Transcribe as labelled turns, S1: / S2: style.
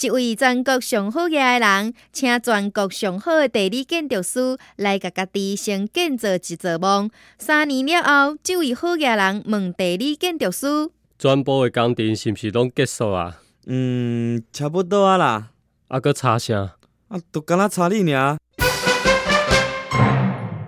S1: 一位全国上好嘅人，请全国上好嘅地理建筑师来甲家己先建造一座梦。三年了后，这位好嘅人问地理建筑师，
S2: 全部的工程是毋是拢结束啊？
S3: 嗯，差不多啊啦，
S2: 啊，搁差啥？
S3: 啊，都敢若差你尔，